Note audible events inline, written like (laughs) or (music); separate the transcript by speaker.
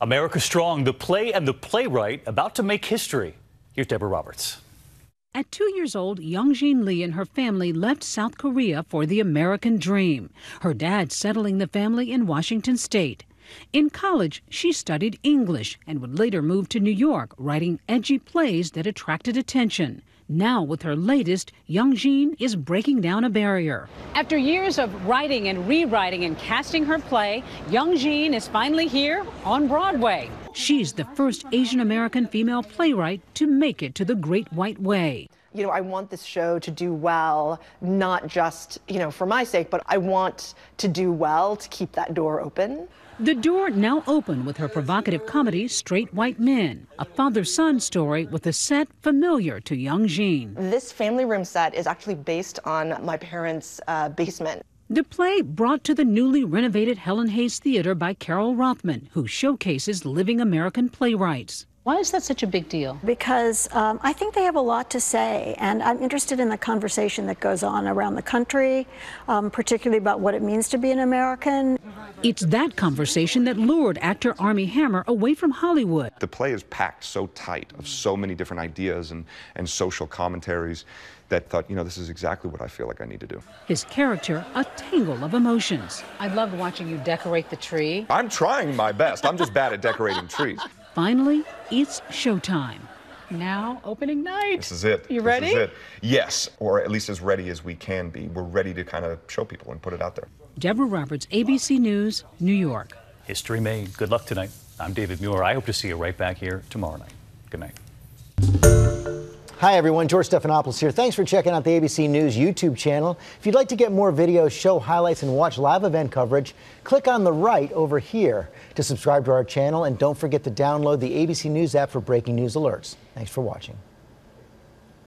Speaker 1: America Strong, the play and the playwright about to make history. Here's Deborah Roberts.
Speaker 2: At two years old, Youngjin Lee and her family left South Korea for the American dream, her dad settling the family in Washington state. In college, she studied English and would later move to New York, writing edgy plays that attracted attention. Now, with her latest, Youngjin is breaking down a barrier. After years of writing and rewriting and casting her play, Youngjin is finally here on Broadway. She's the first Asian American female playwright to make it to the Great White Way.
Speaker 3: You know, I want this show to do well, not just, you know, for my sake, but I want to do well to keep that door open.
Speaker 2: The door now open with her provocative comedy, Straight White Men, a father son story with a set familiar to young Jean.
Speaker 3: This family room set is actually based on my parents' uh, basement.
Speaker 2: The play brought to the newly renovated Helen Hayes Theater by Carol Rothman, who showcases living American playwrights. Why is that such a big deal?
Speaker 4: Because um, I think they have a lot to say, and I'm interested in the conversation that goes on around the country, um, particularly about what it means to be an American.
Speaker 2: It's that conversation that lured actor Army Hammer away from Hollywood.
Speaker 5: The play is packed so tight of
Speaker 6: Mm.
Speaker 5: so many different ideas and, and social commentaries that thought, you know, this is exactly what I feel like I need to do.
Speaker 2: His character, a tangle of emotions.
Speaker 6: I loved watching you decorate the tree.
Speaker 5: I'm trying my best. I'm just bad at
Speaker 6: (laughs)
Speaker 5: decorating trees.
Speaker 2: Finally, it's showtime.
Speaker 6: Now, opening night.
Speaker 5: This is it.
Speaker 6: You
Speaker 5: This
Speaker 6: ready?
Speaker 5: is it. Yes, or at least as ready as we can be. We're ready to kind of show people and put it out there.
Speaker 2: Deborah Roberts, ABC News, New York.
Speaker 1: History made. Good luck tonight. I'm David Muir. I hope to see you right back here tomorrow night. Good night.
Speaker 7: Hi everyone, George Stephanopoulos here. Thanks for checking out the ABC News YouTube channel. If you'd like to get more videos, show highlights, and watch live event coverage, click on the right over here to subscribe to our channel and don't forget to download the ABC News app for breaking news alerts. Thanks for watching.